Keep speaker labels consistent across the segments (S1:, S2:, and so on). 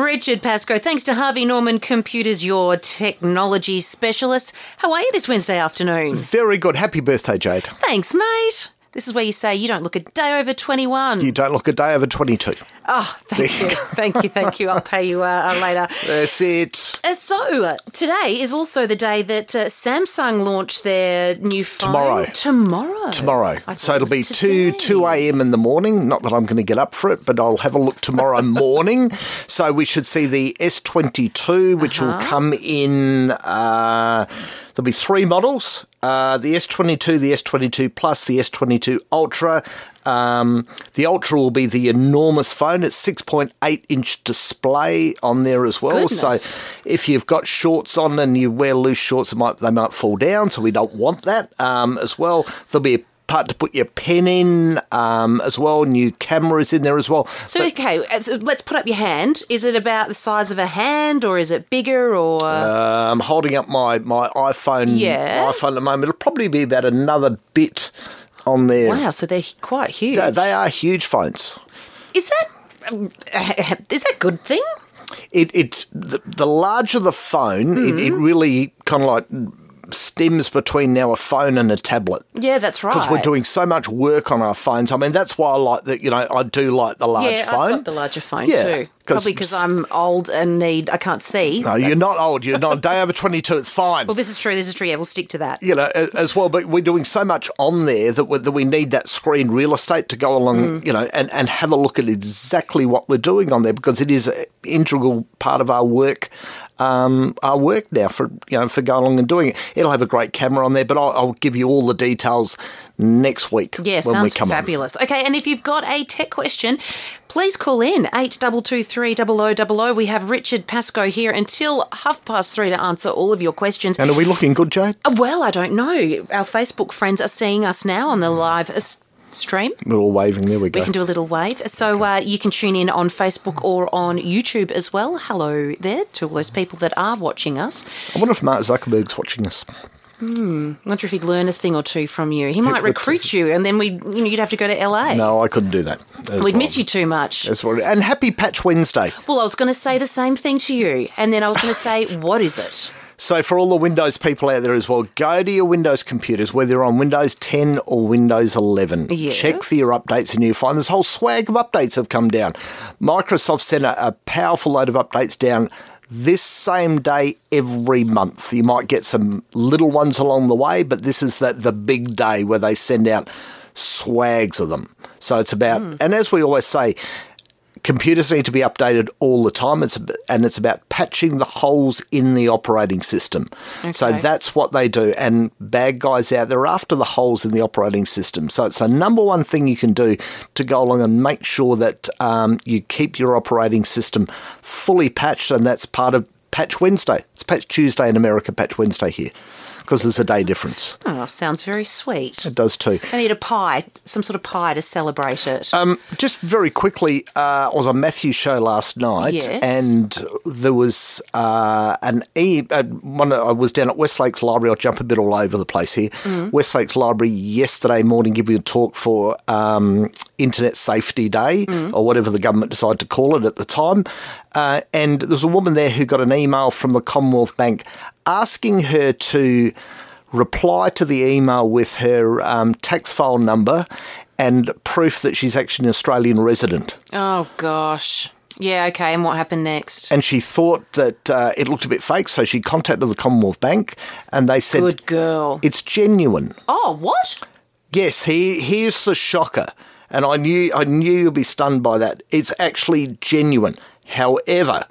S1: Richard Pascoe, thanks to Harvey Norman Computers, your technology specialist. How are you this Wednesday afternoon?
S2: Very good. Happy birthday, Jade.
S1: Thanks, mate. This is where you say you don't look a day over 21.
S2: You don't look a day over 22.
S1: oh, thank you. thank you, thank you. I'll pay you uh, uh, later.
S2: That's it.
S1: Uh, so, uh, today is also the day that uh, Samsung launched their new phone.
S2: Tomorrow.
S1: Tomorrow.
S2: Tomorrow.
S1: I thought
S2: So it'll
S1: it
S2: be
S1: was
S2: 2
S1: today.
S2: 2 a.m. in the morning. Not that I'm going to get up for it, but I'll have a look tomorrow morning. So we should see the S22, which
S1: Uh-huh.
S2: will come in. Uh, there'll be three models uh, the S22, the S22 Plus, the S22 Ultra. Um, the Ultra will be the enormous phone. It's 6.8 inch display on there as well.
S1: Goodness.
S2: So if you've got shorts on and you wear loose shorts, it might, they might fall down. So we don't want that um, as well. There'll be a part to put your pen in um, as well. New cameras in there as well.
S1: So, okay, as- let's put up your hand. Is it about the size of a hand or is it bigger or. uh,
S2: I'm Um, holding up my, my iPhone.
S1: Yeah.
S2: iPhone at the moment. It'll probably be about another bit on there.
S1: Wow, so they're quite huge.
S2: They- They are huge phones.
S1: Is that um, is that a good thing?
S2: it, it's the, the larger the phone, it,
S1: Mm-hmm.
S2: it really kind of like stems between now a phone and a tablet.
S1: Yeah, that's right.
S2: Because we're doing so much work on our phones. I mean, that's why I like that. You know, I do like the large
S1: yeah,
S2: phone.
S1: I've got the larger phone
S2: Yeah,
S1: too.
S2: 'cause-
S1: Probably because I'm old and need I can't see.
S2: no, you're not old. You're not day over twenty two. It's fine.
S1: Well, this is true. This is true. Yeah, we'll stick to that.
S2: you know, a- as well. But we're doing so much on there that we, that we need that screen real estate to go along,
S1: Mm.
S2: you know, and, and have a look at exactly what we're doing on there because it is an integral part of our work, um, our work now for you know for going along and doing it. It'll have a great camera on there, but I'll, I'll give you all the details next week
S1: Yeah,
S2: when we
S1: sounds
S2: come on.
S1: fabulous. Okay, and if you've got a tech question, please call in eight double two three double o double o. We have Richard Pascoe here until half past three to answer all of your questions.
S2: And are we looking good, Jade?
S1: well, I don't know. Our Facebook friends are seeing us now on the live uh, s- stream.
S2: We're all waving. There we go.
S1: We can do a little wave. So uh, you can tune in on Facebook or on YouTube as well. Hello there to all those people that are watching us.
S2: I wonder if Mark Zuckerberg's watching us.
S1: wonder if he'd learn a thing or two from you. He might recruit you, and then we you know, you'd have to go to LA.
S2: No, I couldn't do that. as
S1: We'd miss
S2: well.
S1: you too much.
S2: As well. And happy Patch Wednesday.
S1: Well, I was going to say the same thing to you, and then I was going to say, what is it?
S2: So, for all the Windows people out there as well, go to your Windows computers, whether you're on Windows 10 or Windows 11.
S1: Yes.
S2: Check for your updates, and you'll find this whole swag of updates have come down. Microsoft sent a, a powerful load of updates down this same day every month. You might get some little ones along the way, but this is the, the big day where they send out swags of them. So, it's about,
S1: Hmm.
S2: and as we always say, computers need to be updated all the time. It's ab- and it's about patching the holes in the operating system. So
S1: Okay.
S2: that's what they do. And bad guys out there are after the holes in the operating system. So it's the number one thing you can do to go along and make sure that um, you keep your operating system fully patched. And that's part of Patch Wednesday. It's Patch Tuesday in America, Patch Wednesday here, because there's a day difference.
S1: Oh, sounds very sweet.
S2: It does too.
S1: I need a pie, some sort of pie to celebrate it.
S2: Um, Just very quickly, uh, I was on Matthew's show last night,
S1: Yes.
S2: and there was uh, an e. Uh, one, I was down at Westlake's Library. I'll jump a bit all over the place here. Westlake's Library yesterday morning, giving a talk for um, Internet Safety Day or whatever the government decided to call it at the time. Uh, and there was a woman there who got an email from the Commonwealth Bank asking her to reply to the email with her um, tax file number and proof that she's actually an Australian resident.
S1: oh, gosh. Yeah, okay, and what happened next?
S2: And she thought that uh, it looked a bit fake, so she contacted the Commonwealth Bank and they said,
S1: Good girl.
S2: It's genuine.
S1: Oh, what?
S2: Yes, he, here's the shocker. And I knew I knew you'd be stunned by that. It's actually genuine. However,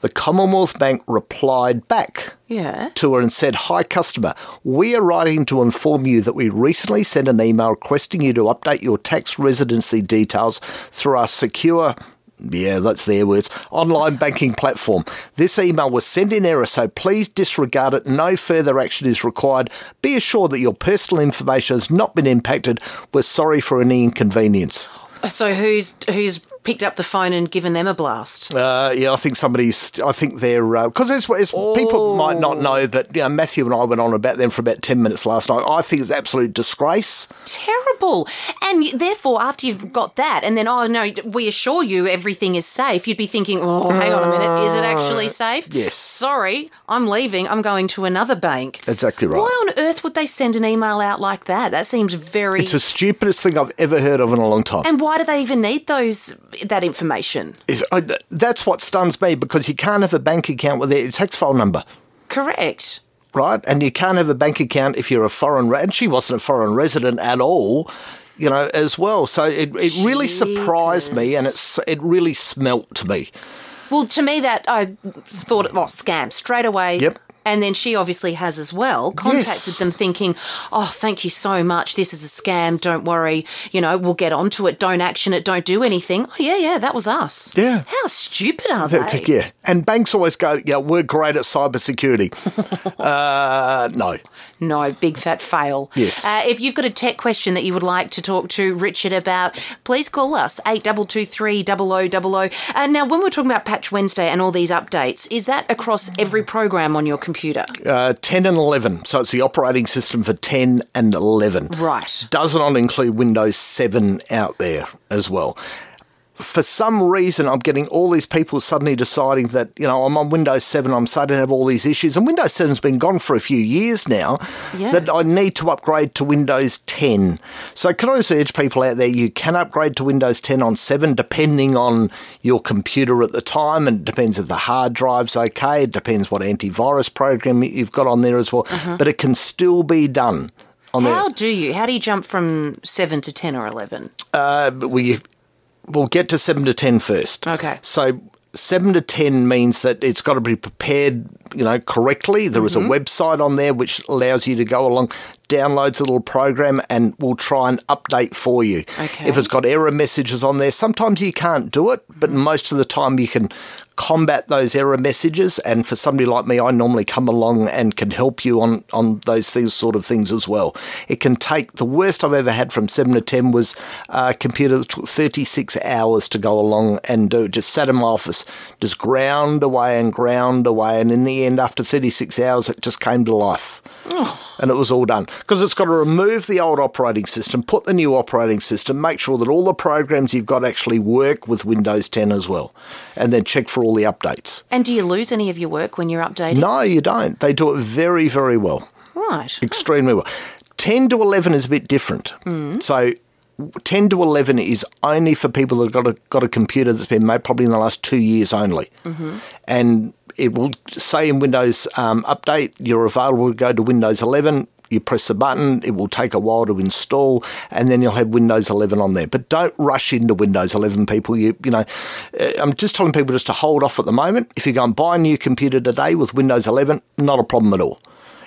S2: the Commonwealth Bank replied back.
S1: Yeah.
S2: to her and said, Hi, customer. We are writing to inform you that we recently sent an email requesting you to update your tax residency details through our secure. Yeah, that's their words. Online banking platform. This email was sent in error, so please disregard it. No further action is required. Be assured that your personal information has not been impacted. We're sorry for any inconvenience.
S1: So Uh, who's who's picked up the phone and given them a blast?
S2: Uh, yeah, I think somebody's. I think they're because it's, it's people might not know that you know, Matthew and I went on about them for about ten minutes last night. I think it's absolute disgrace.
S1: Terrible. And y- therefore, after you've got that, and then, oh, no, we assure you everything is safe, you'd be thinking, oh, hang on a minute, is it actually safe?
S2: Uh, yes.
S1: Sorry, I'm leaving. I'm going to another bank.
S2: Exactly right.
S1: Why on earth would they send an email out like that? That seems very.
S2: It's the stupidest thing I've ever heard of in a long time.
S1: and why do they even need those that information?
S2: It's- I- that's what stuns me because you can't have a bank account with a tax file number.
S1: Correct.
S2: right? And you can't have a bank account if you're a foreign. Re- and she wasn't a foreign resident at all, you know, as well. So it, it really surprised me, and it's it really smelt to me.
S1: Well, to me, that I thought, oh, scam straight away.
S2: Yep.
S1: And then she obviously has as well contacted
S2: Yes.
S1: them thinking, oh, thank you so much. This is a scam. Don't worry. You know, we'll get onto it. Don't action it. Don't do anything. Oh, yeah, yeah, that was us.
S2: Yeah.
S1: How stupid are
S2: That-
S1: they?
S2: yeah, and banks always go, yeah, we're great at cybersecurity. uh, no,
S1: No, big fat fail.
S2: Yes.
S1: Uh, if you've got a tech question that you would like to talk to Richard about, please call us 8223 0000. Uh, now, when we're talking about Patch Wednesday and all these updates, is that across every program on your computer?
S2: uh, ten and eleven. So it's the operating system for ten and eleven.
S1: Right.
S2: does not include Windows 7 out there as well. For some reason, I'm getting all these people suddenly deciding that, you know, I'm on Windows 7, I'm starting to have all these issues. And Windows 7's been gone for a few years now,
S1: Yeah.
S2: that I need to upgrade to Windows 10. So, can I just urge people out there, you can upgrade to Windows 10 on 7, depending on your computer at the time. And it depends if the hard drive's okay, it depends what antivirus program you've got on there as well. But it can still be done on there.
S1: Uh-huh. How do you? How do you jump from seven to ten or eleven?
S2: but we we'll get to seven to ten first.
S1: Okay.
S2: So seven to ten means that it's got to be prepared, you know, correctly. There is a website on there which allows you to go along, downloads a little program, and will try and update for you.
S1: Okay.
S2: If it's got error messages on there, sometimes you can't do it, but most of the time you can combat those error messages and for somebody like me I normally come along and can help you on on those things sort of things as well it can take the worst I've ever had from 7 to 10 was a computer that took 36 hours to go along and do just sat in my office just ground away and ground away and in the end after 36 hours it just came to life and it was all done because it's got to remove the old operating system, put the new operating system, make sure that all the programs you've got actually work with Windows 10 as well, and then check for all the updates.
S1: And do you lose any of your work when you're updating?
S2: No, you don't. They do it very, very well,
S1: Right.
S2: extremely well. 10 to 11 is a bit different. So 10 to 11 is only for people that have got a, got a computer that's been made probably in the last two years only. And it will say in Windows um, Update, you're available to go to Windows 11. You press the button, it will take a while to install, and then you'll have Windows 11 on there. But don't rush into Windows 11, people. You, you know, uh, I'm just telling people just to hold off at the moment. If you go and buy a new computer today with Windows 11, not a problem at all.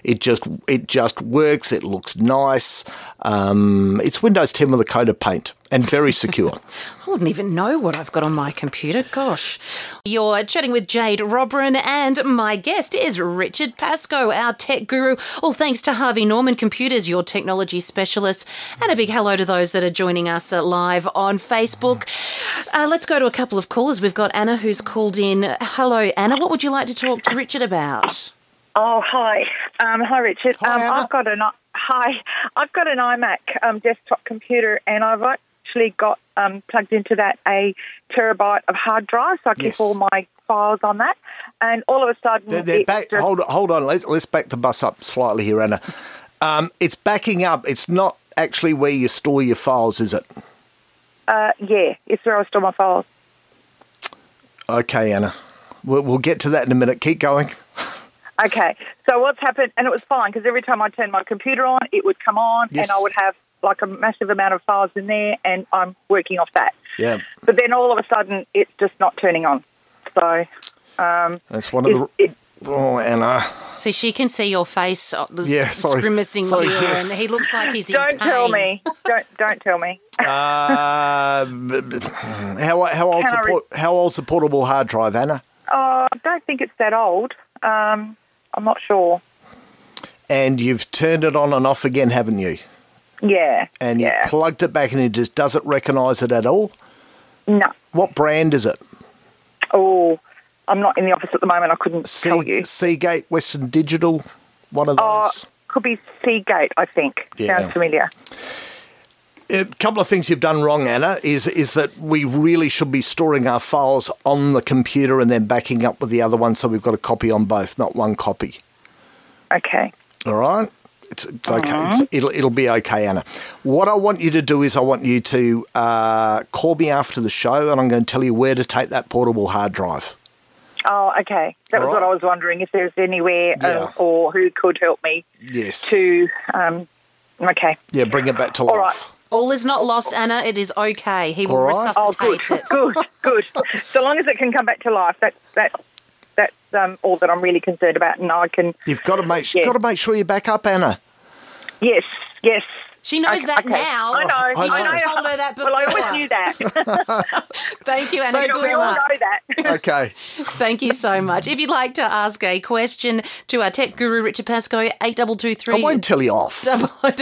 S2: It just it just works. It looks nice. Um, it's Windows 10 with a coat of paint and very secure.
S1: I wouldn't even know what I've got on my computer. Gosh. You're chatting with Jade Robrin, and my guest is Richard Pascoe, our tech guru. All thanks to Harvey Norman Computers, your technology specialist. And a big hello to those that are joining us uh, live on Facebook. Uh, let's go to a couple of callers. We've got Anna who's called in. Hello, Anna. What would you like to talk to Richard about?
S3: Oh, hi. Um, hi, Richard.
S2: Hi,
S3: um,
S2: Anna.
S3: I've got an i- hi. I've got an iMac um, desktop computer, and I've actually got um, plugged into that a terabyte of hard drive, so I keep
S2: Yes.
S3: all my files on that. And all of a sudden,
S2: They're- they're
S3: it's
S2: back-
S3: just-
S2: hold, hold on. Let's, let's back the bus up slightly here, Anna. Um, it's backing up. It's not actually where you store your files, is it?
S3: uh, yeah, it's where I store my files.
S2: Okay, Anna. We'll, we'll get to that in a minute. Keep going.
S3: Okay, so what's happened? And it was fine because every time I turned my computer on, it would come on,
S2: Yes.
S3: and I would have like a massive amount of files in there, and I'm working off that.
S2: Yeah,
S3: But then all of a sudden, it's just not turning on. So. Um,
S2: that's one of
S3: It-
S2: the. Oh, Anna.
S1: So she can see your face uh, s-
S2: Yeah, sorry.
S1: grimacing
S2: Sorry,
S1: here,
S2: yes.
S1: and he looks like he's in
S3: Don't
S1: pain.
S3: tell me. Don't don't tell me.
S2: Uh, b- b- how how old's
S3: Can I
S2: a
S3: re-
S2: port, how old's a portable hard drive, Anna?
S3: Oh, I don't think it's that old. Um, I'm not sure.
S2: And you've turned it on and off again, haven't you?
S3: Yeah.
S2: And
S3: yeah.
S2: you plugged it back, and it just doesn't recognise it at all.
S3: no.
S2: What brand is it?
S3: Oh, I'm not in the office at the moment. I couldn't tell
S2: Se-
S3: you. Oh.
S2: Seagate, Western Digital, one of those.
S3: Could be Seagate, I think.
S2: Yeah.
S3: Sounds familiar.
S2: A couple of things you've done wrong, Anna, is is that we really should be storing our files on the computer and then backing up with the other one, so we've got a copy on both, not one copy.
S3: Okay.
S2: All right. It's, it's okay.
S3: Mm-hmm.
S2: It's, it'll, it'll be okay, Anna. What I want you to do is I want you to uh, call me after the show and I'm going to tell you where to take that portable hard drive.
S3: Oh, okay. That was
S2: All
S3: what
S2: right.
S3: I was wondering if there's anywhere
S2: Yeah.
S3: um, or who could help me
S2: Yes.
S3: to. Um, okay.
S2: Yeah, bring it back to
S3: All
S2: life.
S1: All is not lost, Anna. It is okay. He will
S2: All right.
S1: resuscitate
S3: Oh, good,
S1: it.
S3: good, good. So long as it can come back to life, that's that, that's um, all that I'm really concerned about, and I can.
S2: You've got to make
S3: Yeah.
S2: got to make sure you back up, Anna.
S3: Yes, yes.
S1: She knows
S3: Okay,
S1: that
S3: okay.
S1: now.
S3: I know.
S1: You
S2: I
S1: should
S2: know.
S1: have told her that before.
S3: Well, I always knew that.
S1: Thank you, Anna.
S2: Thanks,
S1: Good
S3: we all
S1: luck.
S2: Anna.
S3: know that.
S2: Okay.
S1: Thank you so much. If you'd like to ask a question to our tech guru Richard Pascoe, eight double two
S2: I
S1: three.
S2: won't tell you off.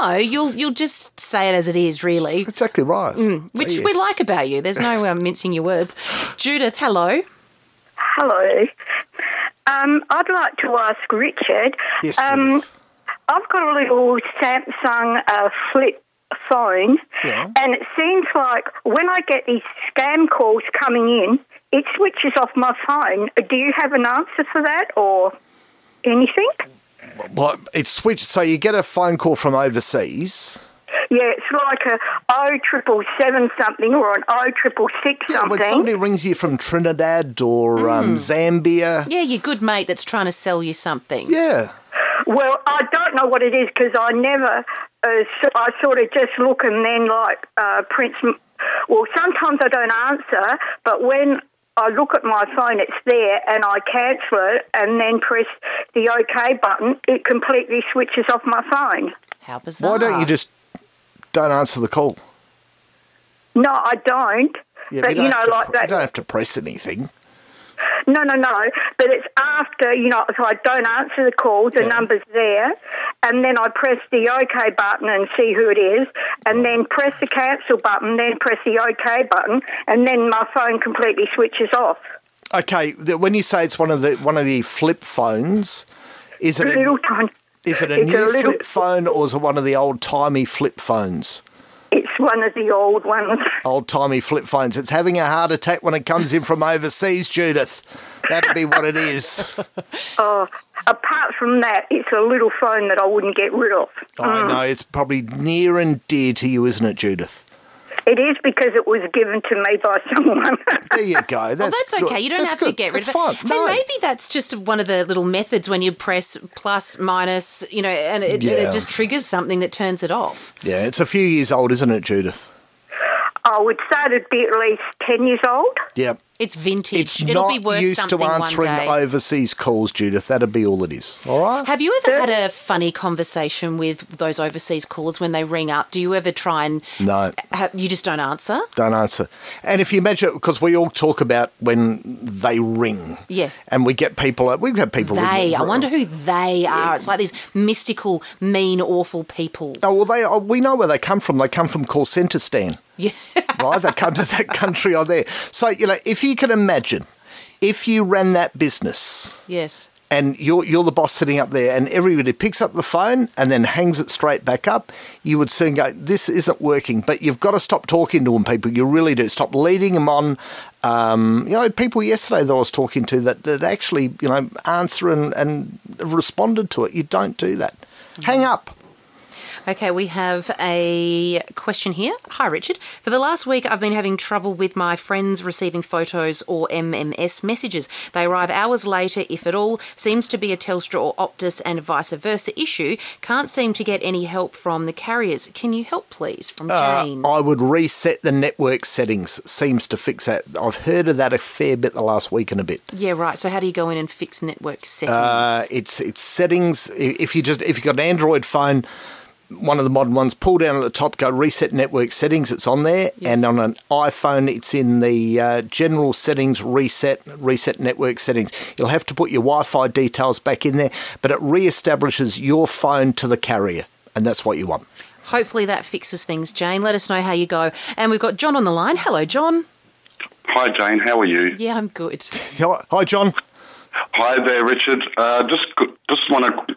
S1: No, you'll you'll just say it as it is, really,
S2: Exactly right.
S4: Mm,
S1: which
S2: So, yes.
S1: we like about you. There's no um, mincing your words. Judith, hello.
S4: Hello. Um, I'd like to ask Richard.
S2: Yes,
S4: um,
S2: Judith.
S4: I've got a little Samsung uh, flip phone,
S2: Yeah.
S4: and it seems like when I get these scam calls coming in, it switches off my phone. Do you have an answer for that or anything?
S2: Well, it's switched. So you get a phone call from overseas.
S4: Yeah, it's like a O triple seven something or an O triple six
S2: Yeah,
S4: something.
S2: when somebody rings you from Trinidad or
S4: Mm.
S2: um, Zambia.
S1: Yeah, your good mate that's trying to sell you something.
S2: Yeah.
S4: Well, I don't know what it is because I never. Uh, s- I sort of just look and then like uh, Prince. M- Well, sometimes I don't answer, but when I look at my phone, it's there, and I cancel it, and then press the OK button. It completely switches off my phone.
S1: How bizarre.
S2: Why
S4: Ah.
S2: don't you just don't answer the call?
S4: No, I don't.
S2: Yeah,
S4: but
S2: don't
S4: you know,
S2: have to,
S4: like
S2: You
S4: that.
S2: don't have to press anything.
S4: No, no, no. But it's after, you know, if I don't answer the call, the number's there. And then I press the OK button and see who it is. And then press the cancel button, then press the OK button. And then my phone completely switches off.
S2: Okay, the, when you say it's one of the one of the flip phones, is it a,
S4: Little time.
S2: is it a
S4: it's a
S2: new
S4: little-
S2: flip phone or is it one of the old timey flip phones?
S4: It's one of the old ones.
S2: Old timey flip phones. It's having a heart attack when it comes in from overseas, Judith. That'd be what it is.
S4: Apart from that, it's a little phone that I wouldn't get rid of.
S2: I know it's probably near and dear to you, isn't it, Judith?
S4: It is because it was given to me by someone.
S2: There you go. That's
S1: Well, Oh, that's
S2: good.
S1: okay. You don't
S2: That's
S1: have to
S2: good.
S1: get rid of
S2: That's
S1: it.
S2: fine. No.
S1: And maybe that's just one of the little methods when you press plus, minus, you know, and it,
S2: Yeah.
S1: it just triggers something that turns it off.
S2: Yeah, it's a few years old, isn't it, Judith?
S4: I would say it'd be at least 10 years old.
S2: Yeah.
S1: It's vintage.
S2: It's
S1: It'll be
S2: not
S1: worth
S2: used
S1: something
S2: to answering
S1: one day.
S2: overseas calls, Judith. That'd be all it is. All right.
S1: Have you ever had a funny conversation with those overseas callers when they ring up? Do you ever try and
S2: No.
S1: ha- you just don't answer?
S2: Don't answer. And if you imagine, because we all talk about when they ring.
S1: Yeah.
S2: And we get people, we've had people ring.
S1: They. I wonder who they are. It's like these mystical, mean, awful people.
S2: No, well, they, oh, we know where they come from. They come from call centre, Stan.
S1: Yeah.
S2: right? They come to that country or there. So, you know, if you can imagine, if you ran that business
S1: yes.
S2: and you're, you're the boss sitting up there and everybody picks up the phone and then hangs it straight back up, you would soon go, this isn't working. But you've got to stop talking to them, people. You really do. Stop leading them on. Um, you know, people yesterday that I was talking to that, that actually, you know, answer and, and responded to it. You don't do that. Hang up.
S1: Okay, we have a question here. Hi, Richard. For the last week, I've been having trouble with my friends receiving photos or MMS messages. They arrive hours later, if at all. Seems to be a Telstra or Optus and vice versa issue. Can't seem to get any help from the carriers. Can you help, please? From Jane.
S2: Uh, I would reset the network settings. Seems to fix that. I've heard of that a fair bit the last week and a bit.
S1: yeah, right. So, how do you go in and fix network settings?
S2: Uh, it's it's settings. I- If you just if you've got an Android phone, one of the modern ones, pull down at the top, go reset network settings. It's on there, and on an iPhone, it's in the uh, general settings, reset reset network settings. You'll have to put your Wi-Fi details back in there, but it reestablishes your phone to the carrier, and that's what you want.
S1: Hopefully, that fixes things, Jane. Let us know how you go. And we've got John on the line. Hello, John.
S5: Hi, Jane. How are you?
S1: Yeah, I'm good.
S2: Hi, John.
S5: Hi there, Richard. Uh, just just want to.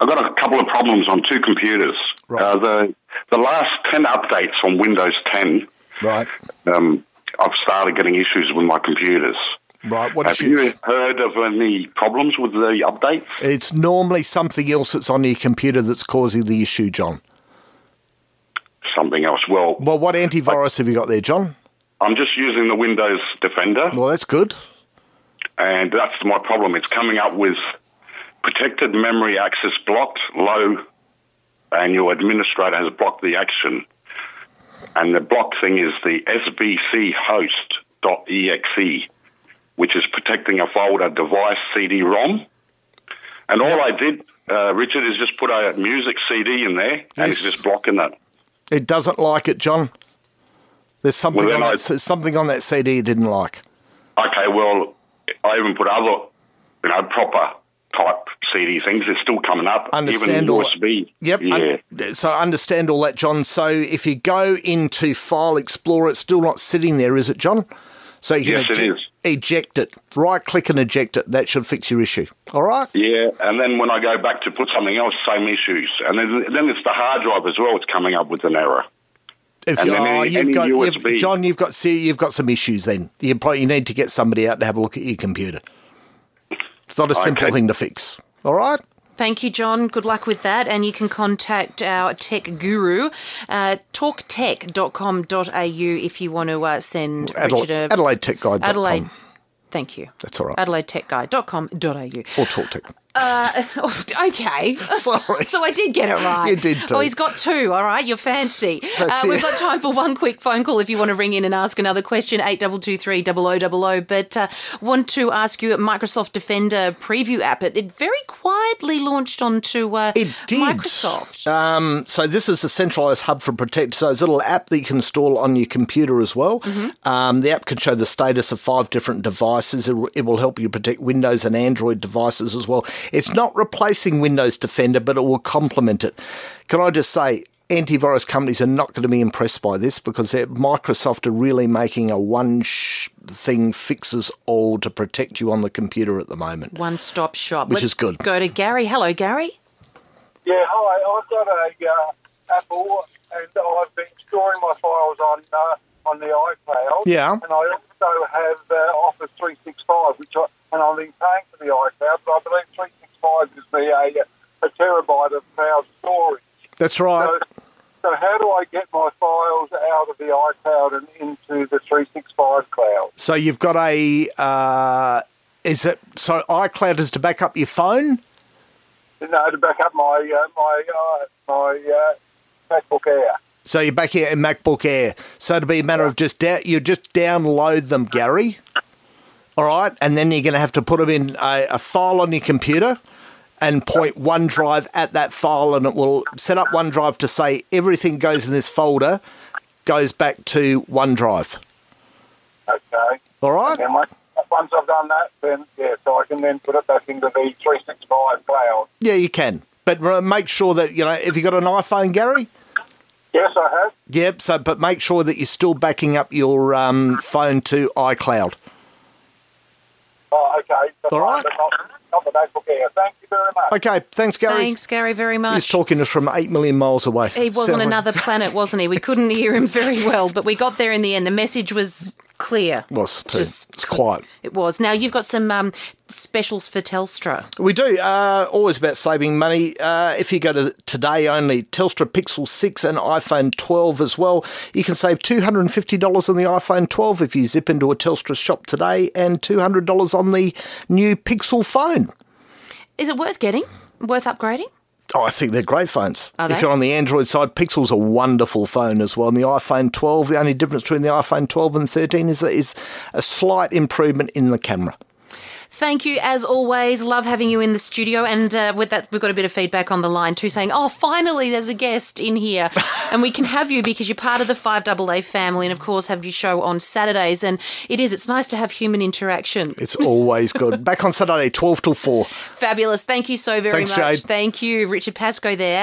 S5: I've got a couple of problems on two computers.
S2: Right.
S5: Uh, the the last ten updates on Windows 10,
S2: Right,
S5: um, I've started getting issues with my computers.
S2: right. What
S5: Have
S2: is your-
S5: you heard of any problems with the updates?
S2: It's normally something else that's on your computer that's causing the issue, John.
S5: Something else. Well,
S2: Well, what antivirus have you got there, John?
S5: I'm just using the Windows Defender,
S2: Well, that's good.
S5: and that's my problem. It's coming up with protected memory access blocked, low, and your administrator has blocked the action. And the block thing is the SBC host.exe, E which is protecting a folder device CD ROM. And all I did, uh, Richard, is just put a music CD in there, and it's
S2: Yes.
S5: just blocking that.
S2: It doesn't like it, John. There's something
S5: Well,
S2: on
S5: then
S2: that,
S5: I-
S2: s- something on that CD you didn't like.
S5: okay, well, I even put other, you know, proper type CD things. It's still coming up.
S2: Understand
S5: even
S2: all-
S5: USB.
S2: Yep.
S5: Yeah.
S2: un- so understand all that, John. So if you go into File Explorer, it's still not sitting there, is it, John? So you
S5: Yes, it
S2: eject,
S5: is.
S2: eject it. Right click and eject it. That should fix your issue. All right.
S5: yeah, and then when I go back to put something else, same issues. And then, then it's the hard drive as well. It's coming up with an error.
S2: If
S5: And
S2: you,
S5: then
S2: oh,
S5: any-
S2: you've
S5: any
S2: got you've-
S5: USB.
S2: John, you've got see, you've got some issues. Then you probably you need to get somebody out to have a look at your computer. It's not a simple
S5: Okay.
S2: thing to fix. All right.
S1: Thank you, John. Good luck with that. And you can contact our tech guru, uh, talktech.com.au, if you want to uh, send
S2: Adelaide,
S1: Richard a.
S2: Adelaide Tech Guide.
S1: Adelaide. Thank you.
S2: That's all right.
S1: AdelaideTechGuy.com.au.
S2: Or Talk Tech.
S1: Oh, okay.
S2: Sorry.
S1: So I did get it right.
S2: You did too.
S1: Oh, he's got two. All right, you're fancy.
S2: That's
S1: uh, we've
S2: it.
S1: got time for one quick phone call if you want to ring in and ask another question. Eight double two three double o double o. But uh, want to ask you, Microsoft Defender preview app. It, it very quietly launched onto uh,
S2: It did.
S1: Microsoft.
S2: Um, so this is a centralized hub for Protect. So it's a little app that you can install on your computer as well. Um, the app can show the status of five different devices. It, will- it will help you protect Windows and Android devices as well. It's not replacing Windows Defender, but it will complement it. Can I just say? Antivirus companies are not going to be impressed by this because they're- Microsoft are really making a one sh- thing fixes all to protect you on the computer at the moment.
S1: One stop shop.
S2: Which
S1: Let's
S2: is good.
S1: Go to Gary. Hello, Gary.
S6: Yeah, hi. I've got a uh, Apple, and I've been storing my files on uh, on the iCloud.
S2: Yeah.
S6: And I also have uh, Office 365, which I, and I've been paying for the iCloud, but I believe 365 gives me uh, a, a terabyte of cloud storage.
S2: That's right.
S6: So, so how do I get my files out of the iCloud and into the 365 cloud?
S2: So you've got a uh, is it so iCloud is to back up your phone?
S6: You know, to back up my uh, my uh, my uh, MacBook Air.
S2: So you're back here in MacBook Air. So it'll be a matter of just da- you just download them, Gary. All right, and then you're going to have to put them in a, a file on your computer and point OneDrive at that file, and it will set up OneDrive to say everything goes in this folder goes back to OneDrive.
S6: Okay.
S2: All right.
S6: And once, once I've done that, then yeah, so I can then put it back into the 365 cloud.
S2: Yeah, you can. But re- make sure that you know if you got an iPhone, Gary.
S6: Yes, I have.
S2: Yep. So, but make sure that you're still backing up your um, phone to iCloud.
S6: Oh, okay. But
S2: All right.
S6: Not, not the MacBook Air. Thank you very much.
S2: Okay. Thanks, Gary.
S1: Thanks, Gary, very
S2: He's
S1: much.
S2: talking to us from eight million miles away.
S1: He was on
S2: Sound-
S1: another planet, wasn't he? We couldn't hear him very well, but we got there in the end. The message was clear.
S2: Was too.
S1: Just-
S2: it's quiet.
S1: It was. Now you've got some um, specials for Telstra.
S2: We do. Uh, always about saving money. Uh, if you go to today only, Telstra Pixel 6 and iPhone 12 as well, you can save $250 on the iPhone 12 if you zip into a Telstra shop today and $200 on the new Pixel phone.
S1: Is it worth getting? Worth upgrading?
S2: Oh, I think they're great phones.
S1: Are
S2: if
S1: they?
S2: you're on the Android side, Pixel's a wonderful phone as well. And the iPhone 12, the only difference between the iPhone 12 and 13 is is a slight improvement in the camera.
S1: Thank you, as always. Love having you in the studio. And uh, with that, we've got a bit of feedback on the line too, saying, "Oh, finally, there's a guest in here, and we can have you because you're part of the Five AA family, and of course, have your show on Saturdays. And it is. It's nice to have human interaction.
S2: It's always good. Back on Saturday, 12 till 4.
S1: Fabulous. Thank you so very
S2: Thanks,
S1: much.
S2: Jade.
S1: Thank you, Richard Pascoe. There.